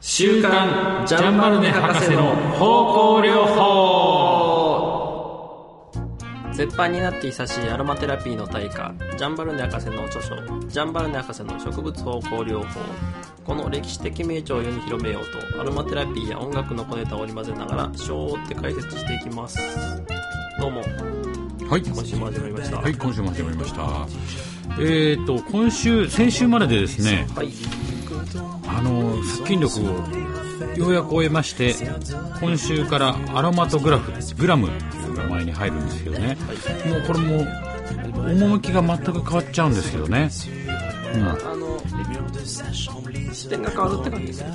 週刊ジャンバルネ博士の方向療法絶版になって久しいアロマテラピーの大家ジャンバルネ博士の著書「ジャンバルネ博士の植物方向療法」この歴史的名著を世に広めようとアロマテラピーや音楽の小ネタを織り交ぜながら章を追って解説していきますどうもはい、今週も始まりましたはい、今週も始まりました。えっ、と、今週、先週まででですね、はいあの、殺菌力をようやく終えまして、今週からアロマトグラフ、グラムっていう名前に入るんですけどね、もうこれも、趣が全く変わっちゃうんですけどね。あの視点が変わるって感じですね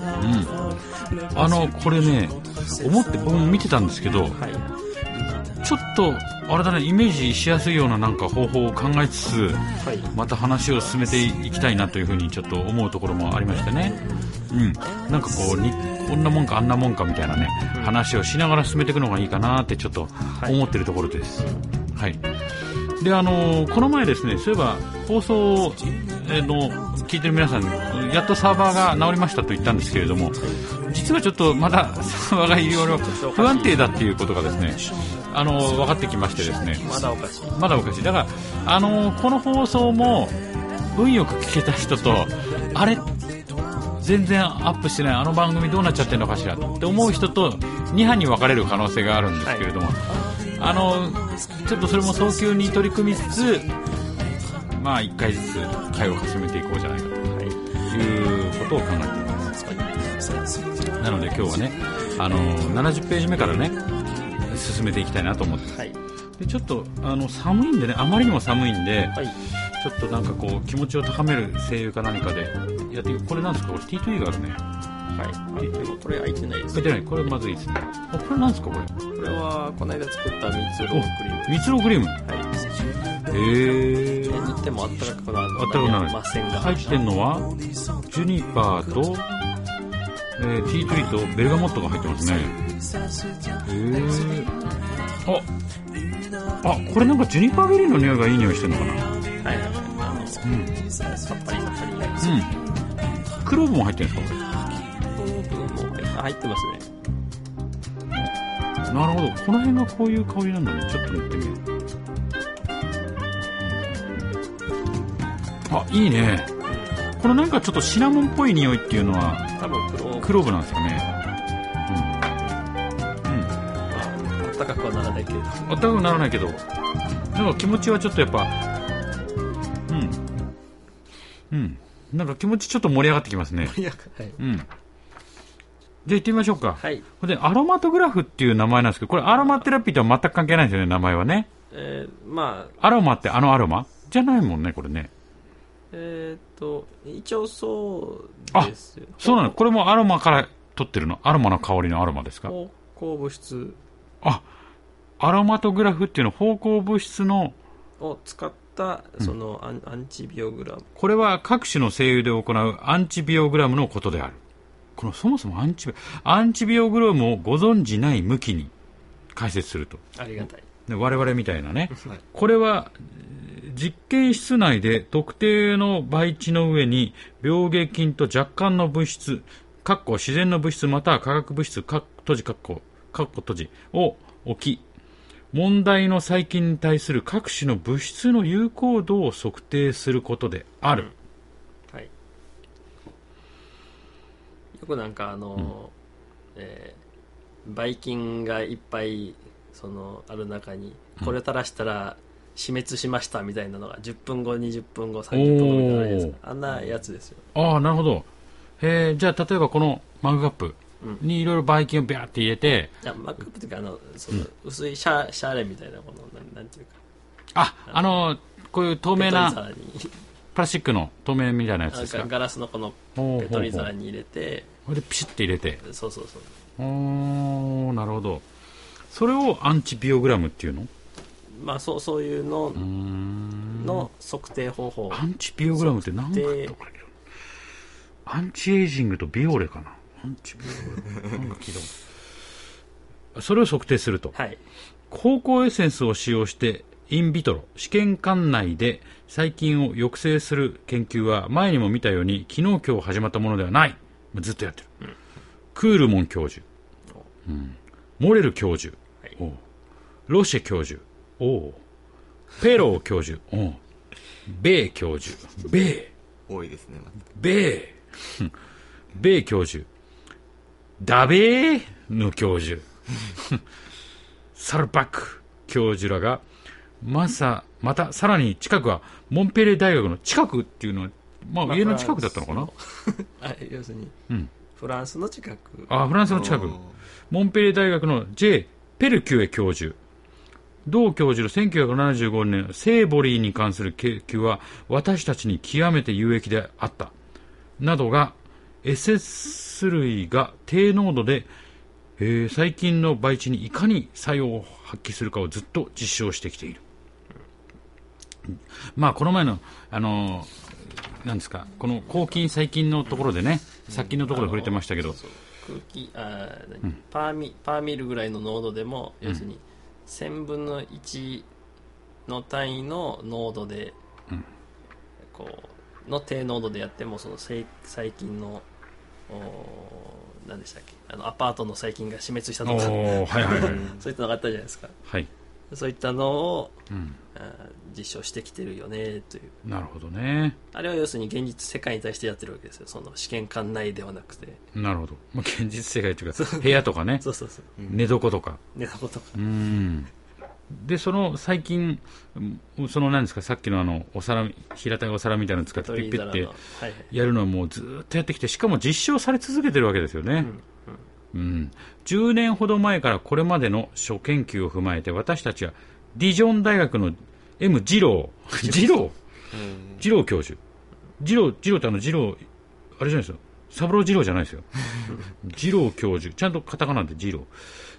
あの、これね、思って僕も見てたんですけど、はいちょっと、あれだね、イメージしやすいようななんか方法を考えつつ、はいまた話を進めていきたいなというふうにちょっと思うところもありましたね。うん、なんかこうにこんなもんかあんなもんかみたいなね、話をしながら進めていくのがいいかなってちょっと思ってるところです。はい、であのこの前ですねそういえば放送をえーの聞いてる皆さんやっとサーバーが治りましたと言ったんですけれども実はちょっとまだ サーバーがいろいろ不安定だっていうことがですねあの分かってきましてですねまだおかしいまだおかしい。だから、あのーこの放送も、運よく聞けた人と、あれ、全然アップしてない、あの番組どうなっちゃってるのかしらって思う人と、2派に分かれる可能性があるんですけれども、あのーちょっとそれも早急に取り組みつつ、まあ、1回ずつ回を重ねていこうじゃないかということを考えています。なので今日はね、あのー70ページ目からね、進めていきたいなと思ってはいでちょっとあの寒いんでねあまりにも寒いんで、はいちょっとなんかこう気持ちを高める声優か何かでやっていくこれなんですかこれ T2E があるねはいでもこれ開いてないです書いてないこれまずいですねあこれなんですかこれこれはこの間作った蜜ろうクリーム蜜ろうクリームはいへえ手に手もあったかくなるあったかくなるませんが入ってんのはジュニパーと、えー、T2E とベルガモットが入ってますねへえああこれなんかジュニパーベリーの匂いがいい匂いしてるのかなはいはいあの、さっぱりさっぱりうんクローブも入ってるんですかこれもう入ってますねなるほどこの辺がこういう香りなんだねちょっと塗ってみようあいいねこれなんかちょっとシナモンっぽい匂いっていうのは多分黒クローブなんですかねうん、うん、はあったかくはならないけれどあったかくならないけどなんか気持ちはちょっとやっぱうんうんなんか気持ちちょっと盛り上がってきますねいやはい、うんじゃあ行ってみましょうかはいでアロマトグラフっていう名前なんですけどこれアロマテラピーとは全く関係ないんですよね名前はねえー、まあアロマってあのアロマじゃないもんねこれねえー、っと一応そうですよそうなのこれもアロマから取ってるのアロマの香りのアロマですか方向物質アロマトグラフっていうのは方向物質のを使ったそのアン,、アンチビオグラムこれは各種の精油で行うアンチビオグラムのことであるこのそもそもアンチビアンチビオグラムをご存じない向きに解説するとありがたいで我々みたいなね、はいこれはえー実験室内で特定の培地の上に病原菌と若干の物質かっこ自然の物質または化学物質かっこ閉じかっこかっこ閉じを置き問題の細菌に対する各種の物質の有効度を測定することである、はいよくなんかあの、えー、ばい菌がいっぱいそのある中にこれ垂らしたら死滅しましたみたいなのが10分後20分後30分後みたいなのあるじゃないですかあんなやつですよああなるほどへーじゃあ例えばこのマグカップにいろいろ培菌をビャーって入れて、いやマックアップっていうかあのその薄いシャ,、シャーレみたいなものなんなんていうかああのこういう透明ペなットに皿にプラスチックの透明みたいなやつなでんすかかガラスのこのほうほうほうペトリ皿に入れてこれでピシッて入れてそうそうそうおーなるほどそれをアンチビオグラムっていうのまあそうそういうのうーんの測定方法アンチビオグラムって何だったこれ測アンチエイジングとビオレかなアンチビオグラムなんか聞いたことそれを測定するとはい高校エッセンスを使用してインビトロ試験管内で細菌を抑制する研究は前にも見たように昨日今日始まったものではないずっとやってる、クールモン教授、うん、モレル教授、おうロシェ教授おうペロー教授おうベイ教授ベイ多いですね、また米米教授ダベーの教授サルパック教授らがまさまたさらに近くはモンペレ大学の近くっていうのは、まあ、家の近くだったのかな、あ要するに、うんフランスの近くあフランスの近くモンペリ大学の J ・ペルキュエ教授同教授の1975年セーボリーに関する研究は私たちに極めて有益であったなどが SS 類が低濃度で、えー細菌の培地にいかに作用を発揮するかをずっと実証してきているまあこの前のあのーなんですかこの抗菌細菌のところでね、さっきのところで触れてましたけど、空気あー何パーミパーミルぐらいの濃度でも、要するに1000分の1の単位の濃度で、こうの低濃度でやってもそのせい細菌のおー何でしたっけあのアパートの細菌が死滅したとおかーはいはい はいそういったのがあったじゃないですかはい、そういったのを、うん、あー実証してきてるよねというなるほどねあれは要するに現実世界に対してやってるわけですよその試験管内ではなくてなるほど、まあ、現実世界というか部屋とかねそうそうそう寝床とか寝たことがうんでその最近うんその何ですかさっきのあのお皿平たいお皿みたいなの使って鳥ピッ居ピ皿ッのてはいはいやるのはもうずーっとやってきてしかも実証され続けてるわけですよね、うん10年ほど前からこれまでの諸研究を踏まえて私たちはディジョン大学の M 二郎 二郎二郎教授二郎二郎ってあの二郎あれじゃないですよ三郎二郎じゃない ですよ二郎教授ちゃんとカタカナで二郎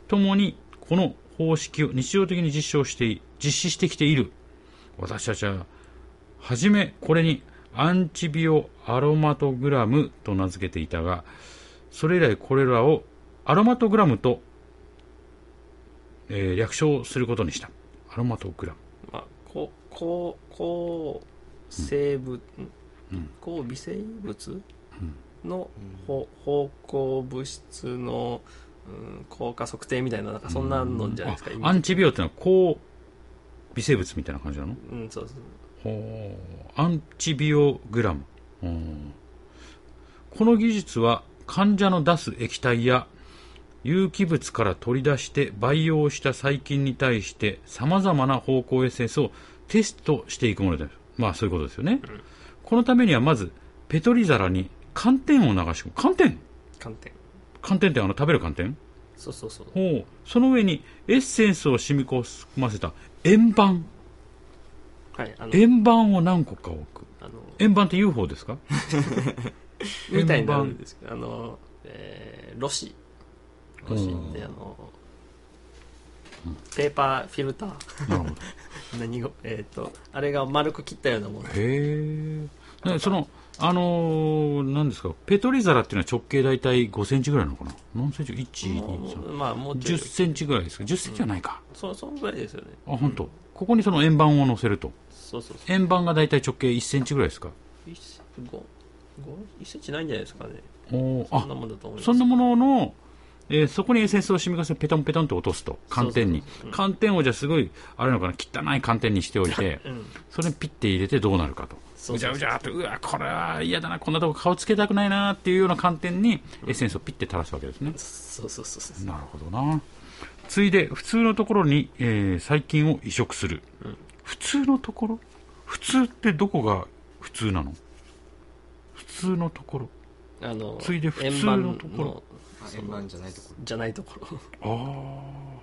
ともにこの方式を日常的に実証して実施してきている私たちははじめこれにアンチビオアロマトグラムと名付けていたがそれ以来これらをアロマトグラムと、えー略称することにしたアロマトグラムまあ、こう、こう、こう、生物、うんこう、微生物の方方向物質の、うん、効果測定みたいな、なんかそんなのじゃないですか、あ今アンチビオってのは高微生物みたいな感じなのうん、そうそう。ほうアンチビオグラムうんこの技術は患者の出す液体や有機物から取り出して培養した細菌に対してさまざまな方向 SS をテストしていくものですまあそういうことですよね、このためにはまずペトリ皿に寒天を流し込む寒天観点。寒天ってあの食べる寒天そうそうそう。ほうその上にエッセンスを染み込ませた円盤はい、あの、円盤を何個か置くあの、円盤って UFO ですか みたいになるんですけど、あの、えー、ロシ。ロシって、あの、ペーパーフィルター。なるほど。何を、えっ、と、あれが丸く切ったようなもの。へえ。その、あのー、なんですか、ペトリ皿っていうのは直径大体5センチぐらいなのかな何センチ ?1、2、3。まあ、もうちょい。10センチぐらいですか ?10 センチじゃないか。そ、そんぐらいですよね。あ、本当。ここにその円盤を乗せると。そうそうそう。円盤が大体直径1センチぐらいですか1センチ1センチないんじゃないですかねおーそんなあ、もんだと思いますそんなものの、えーそこにエッセンスを染み込ませてペトンペトンと落とすと。寒天にそう。寒天をじゃあすごい、あれなのかな、汚い寒天にしておいて。うんそれにピッて入れてどうなるかとそううそうそうじゃうじゃーってうわこれは嫌だなこんなとこ顔つけたくないなっていうような観点にエッセンスをピッて垂らすわけですね、そうそうそうそうなるほどなついで普通のところに、えー細菌を移植する、普通のところ普通ってどこが普通なの普通のところあのついで普通のところあ円盤じゃないところ円盤のじゃないところああ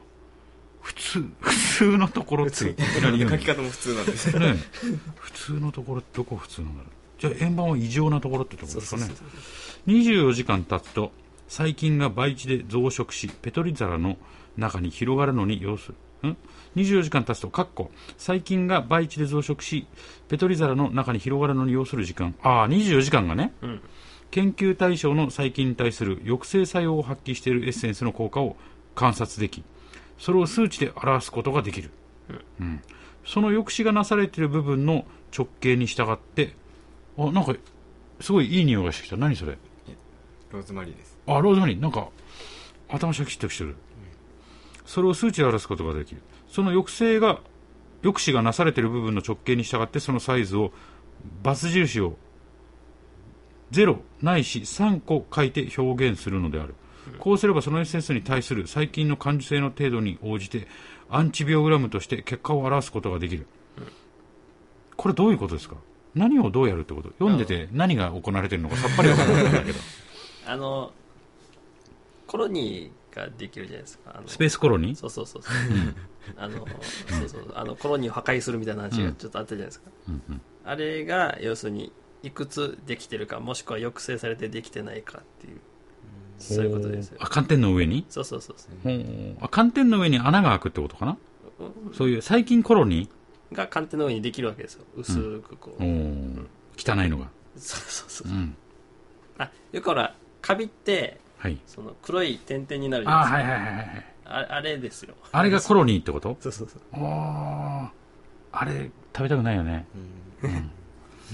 普通 普通のところっていきなり言うの書き方も普通なんですね普通のところってどこ普通なんだろうじゃあ円盤は異常なところってところそうですそかうねそう24時間経つと細菌が培地で増殖しペトリ皿の中に広がるのに要するん24時間経つと、かっこ、細菌が培地で増殖し、ペトリ皿の中に広がるのに要する時間、ああ、24時間がね、ん研究対象の細菌に対する抑制作用を発揮しているエッセンスの効果を観察でき、それを数値で表すことができる。うんその抑止がなされている部分の直径に従って、あ、なんか、すごいいい匂いがしてきた。何それローズマリーです。あローズマリーなんか頭シャキッとしてるそれを数値で表すことができるその抑制が抑止がなされている部分の直径に従ってそのサイズをバツ印を0ないし3個書いて表現するのであるこうすればそのエッセンスに対する細菌の感受性の程度に応じてアンチビオグラムとして結果を表すことができるこれどういうことですか何をどうやるってこと読んでて何が行われてるのかさっぱりわからないんだけどあのコロニーができるじゃないですかあの スペースコロニーそうそうそうそうあのそうそうあのコロニーを破壊するみたいな話がちょっとあったじゃないですか、うんうんあれが要するにいくつできてるかもしくは抑制されてできてないかっていうそういうことですよあ寒天の上にそうそうそうそあ寒天の上に穴が開くってことかなうそういう細菌コロニが鑑定の上にできるわけですよ薄くこう、ーおー汚いのがそうそうそうう、んあよくほらカビってはいその黒い点々になるじゃあないですかはいはいはいはいあ,、あれですよあれがコロニーってことそうそうそうおーあれ食べたくないよね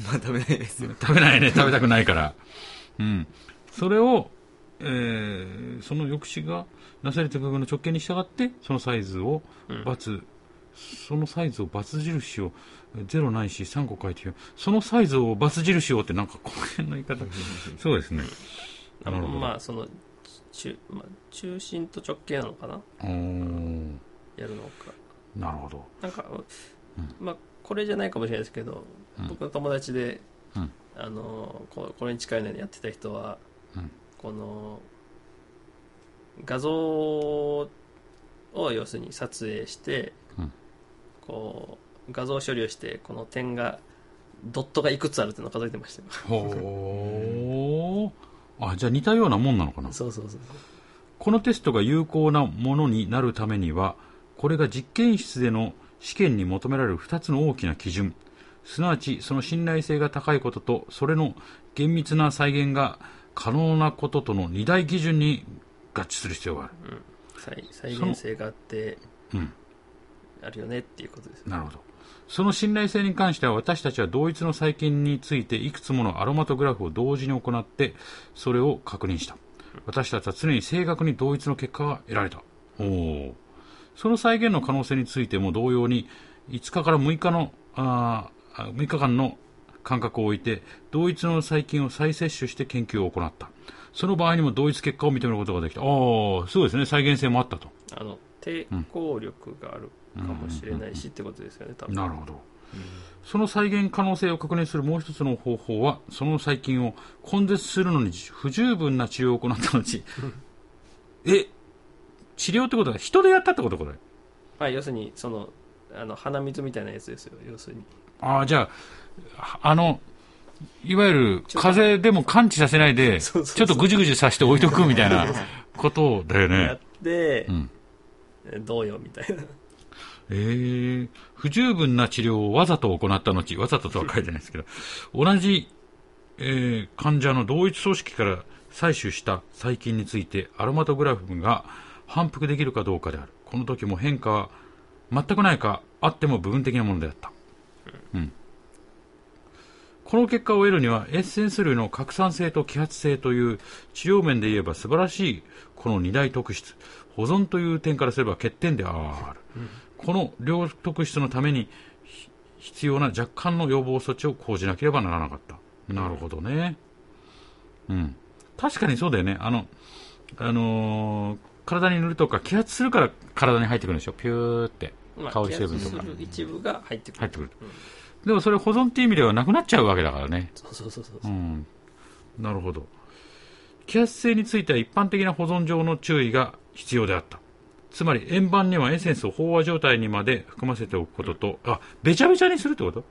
まあ食べないですよ。食べないね食べたくないからうんそれをえーその抑止がなされた部分の直径に従ってそのサイズをうんバツ、そのサイズをバツ印を0ないし3個書いてよそのサイズをバツ印をってなんかこの辺の言い方そうですねなるほどまあその中,、まあ、中心と直径なのかなおーやるのかなるほどなんか、んまあこれじゃないかもしれないですけど、うん僕の友達で、うんあのここれに近いのにやってた人は、うんこの画像を要するに撮影して、うんこう画像処理をしてこの点がドットがいくつあるっていうのを数えてましたよほーあじゃあ似たようなもんなのかな そうそうそうこのテストが有効なものになるためにはこれが実験室での試験に求められる2つの大きな基準すなわちその信頼性が高いこととそれの厳密な再現が可能なこととの2大基準に合致する必要がある再再現性があってうんあるよねっていうことですよなるほどその信頼性に関しては私たちは同一の細菌についていくつものアロマトグラフを同時に行ってそれを確認した私たちは常に正確に同一の結果が得られたおーその再現の可能性についても同様に5日から6日のあー6日間の間隔を置いて同一の細菌を再摂取して研究を行ったその場合にも同一結果を認めることができたああそうですね再現性もあったとあの抵抗力があるかもしれないしってことですよね多分なるほど、その再現可能性を確認するもう一つの方法はその細菌を根絶するのに不十分な治療を行っ た後え治療ってことは人でやったってことこれまあ、要するにそのあの鼻水みたいなやつですよ要するにああじゃああのいわゆる風邪でも感知させないでち そうそうそうょっとぐじぐじさせて置いとくみたいなことだ よやねっ、て、うん、どうよみたいなえー不十分な治療をわざと行った後、わざととは書いてないですけど、同じ、えー患者の同一組織から採取した細菌について、アロマトグラフが反復できるかどうかである。この時も変化は全くないか、あっても部分的なものであった。うん。この結果を得るには、エッセンス類の拡散性と揮発性という治療面で言えば素晴らしい、この二大特質。保存という点からすれば欠点である。この両特質のためにひ必要な若干の予防措置を講じなければならなかった。なるほどね。うん。確かにそうだよね。あの、あのー体に塗るとか、揮発するから体に入ってくるんでしょ。ピューってまあ、香り成分と揮か発する一部が入ってくる、入ってくるうん。でもそれ保存っていう意味ではなくなっちゃうわけだからね。そうそうそうそう、うん、なるほど揮発性については一般的な保存上の注意が必要であったつまり円盤にはエッセンスを飽和状態にまで含ませておくことと、あべちゃべちゃにするってこと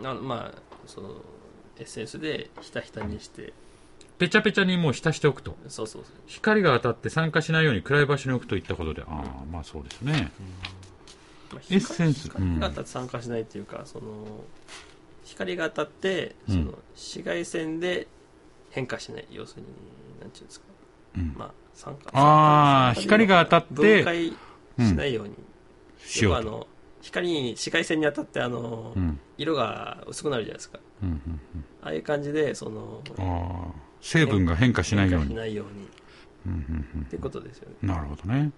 うんあのまあそのエッセンスでひたひたにしてべちゃべちゃにもう浸しておくとそうそうそ光が当たって酸化しないように暗い場所に置くといったことでああまあそうですねう、まあエッセンス光が当たって酸化しないっていうか、その光が当たってうそんの紫外線で変化しない要するになんていうんですか、うんまあ酸化ああ酸化ってい光うのがは当たって分解しないように、しよよくうあとの光に紫外線に当たってあの、うん色が薄くなるじゃないですかうんうんああいう感じでそのうんああ成分が変化しないようしに。ないように。ってことですよね。なるほどね。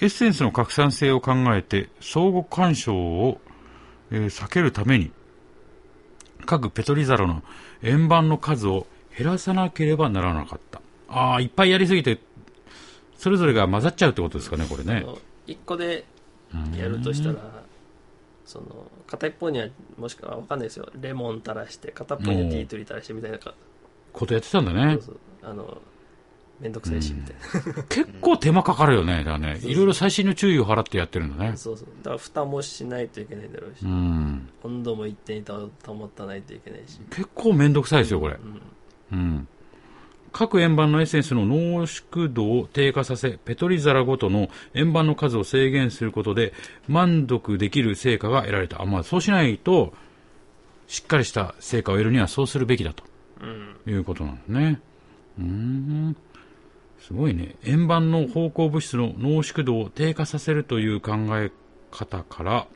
エッセンスの拡散性を考えて、相互干渉を、えー避けるために、各ペトリザロの円盤の数を減らさなければならなかった。ああ、いっぱいやりすぎて、それぞれが混ざっちゃうってことですかね、これね。 1個でやるとしたら、その、片一方には、もしくはわかんないですよ。レモン垂らして、片っぽにはティートリー垂らしてみたいなか、ことやってたんだそねう。そうあの、めんどくさいし、みたいな。結構手間かかるよね、だからね。そういろいろ最新の注意を払ってやってるんだね。そうそう。だから蓋もしないといけないだろうしう、ん。温度も一定に保たないといけないし。結構めんどくさいですよ、これう。ん。うん、各円盤のエッセンスの濃縮度を低下させペトリ皿ごとの円盤の数を制限することで満足できる成果が得られたあ、まあ、そうしないとしっかりした成果を得るにはそうするべきだとうん。いうことなんですねうーんすごいね円盤の方向物質の濃縮度を低下させるという考え方から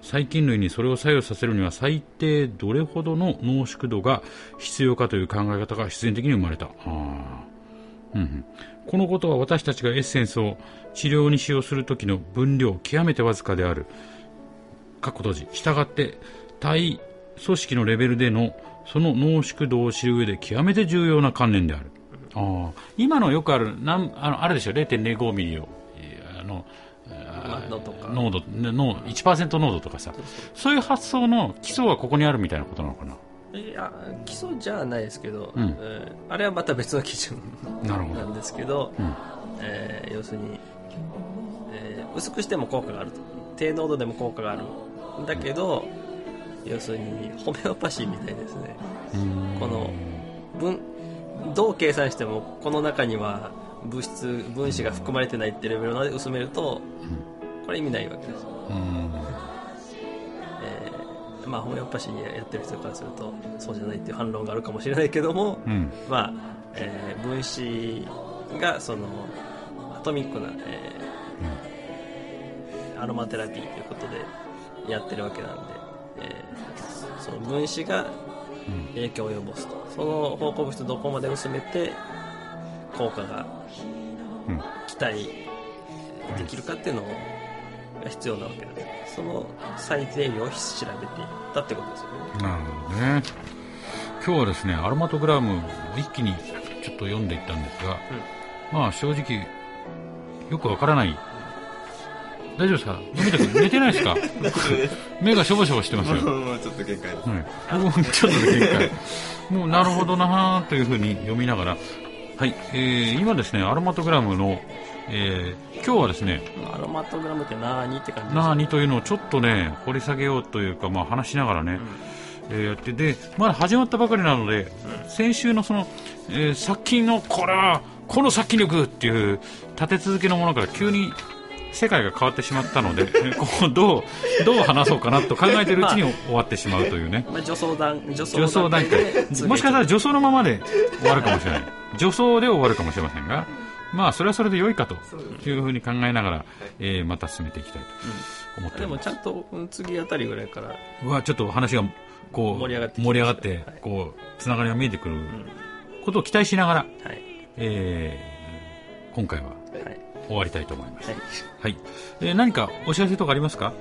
細菌類にそれを作用させるには最低どれほどの濃縮度が必要かという考え方が必然的に生まれたあーうんうんこのことは私たちがエッセンスを治療に使用する時の分量極めてわずかであるかっこ閉じしたがって体組織のレベルでのその濃縮度を知る上で極めて重要な観念であるあー今のよくあるなんあのあれでしょ0.05ミリをえーあのまあのとか。濃度ね濃1%濃度とかさそういう発想の基礎はここにあるみたいなことなのかないや基礎じゃないですけど、うんえーあれはまた別の基準なるほどなんですけど、うんえー要するに、えー薄くしても効果があると低濃度でも効果があるだけど、要するにホメオパシーみたいですねこの分どう計算してもこの中には物質分子が含まれてないってレベルまで薄めると、これ意味ないわけですうんえーまあ、ホメオパシーやってる人からするとそうじゃないっていう反論があるかもしれないけども、うんまあえー分子がそのアトミックな、えーアロマテラピーということでやってるわけなんで、えーその分子が影響を及ぼすと、その方向物質をどこまで薄めて効果がうん期待できるかっていうのが必要なわけでその最低量を調べていったってことですよねなるほどね今日はですねアロマトグラムを一気にちょっと読んでいったんですが、まあ正直よくわからない大丈夫ですか富田君寝てな いですか目がしょぼしょぼしてますよもうちょっと限界です。はい、もうちょっとで限界もうなるほどなーというふうに読みながら、はいえー、今ですねアロマトグラムの、えー今日はですねアロマトグラムって何って感じです何というのをちょっとね掘り下げようというか、まあ、話しながらね、えーやってでまだ始まったばかりなので、先週のその、えー殺菌のこれはこの殺菌力っていう立て続けのものから急に世界が変わってしまった のでえーここをどうどう話そうかなと考えているうちに終わってしまうというね。まあ、女装団女装女装段階で もしかしたら女装のままで終わるかもしれない女装で終わるかもしれませんがまあそれはそれで良いかというふうに考えながら、えーまた進めていきたいと思ってでおりもます、ちゃんとうん次あたりぐらいからうわちょっと話がこう盛り上がってきて盛り上がってはいこうつながりが見えてくることを期待しながら、はいえー今回ははいはい終わりたいと思います、はいえー何かお知らせとかありますか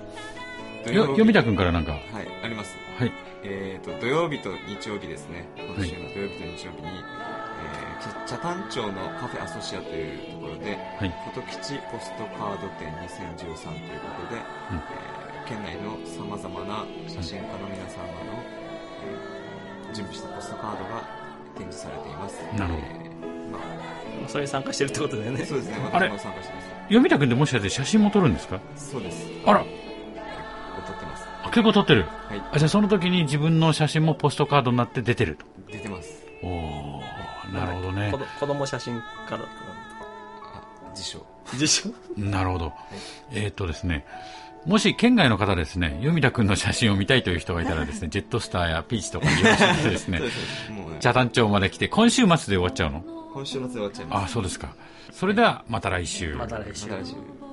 土よ曜日読田君からなんかははい、あります。いえっ、と、土曜日と日曜日ですね。今週の土曜日と日曜日に、えー、茶炭町のカフェアソシアというところで、はいフォト吉ポストカード展2013ということで、うんえー県内のさまざまな写真家の皆様の、えー準備したポストカードが展示されています。なるほどえーままあそれに参加してるってことだよあ、ねそうですね、あれ私も参加してま読田君ってもしかして写真も撮るんですかす。そうです。あら踊ってます。あ結構撮ってるはい、あじゃあその時に自分の写真もポストカードになって出てると出てます。おおなるほどね子ど子供写真家だっあ、辞書。た自称なるほどえーっとですねもし県外の方ですね読田君の写真を見たいという人がいたらです ねジェットスターやピーチとかに用意してですね そうですね。もうね、茶壇町まで来て今週末で終わっちゃうの今週末で終わっちゃいます。あそうですかそれではまた来週また来週また来週。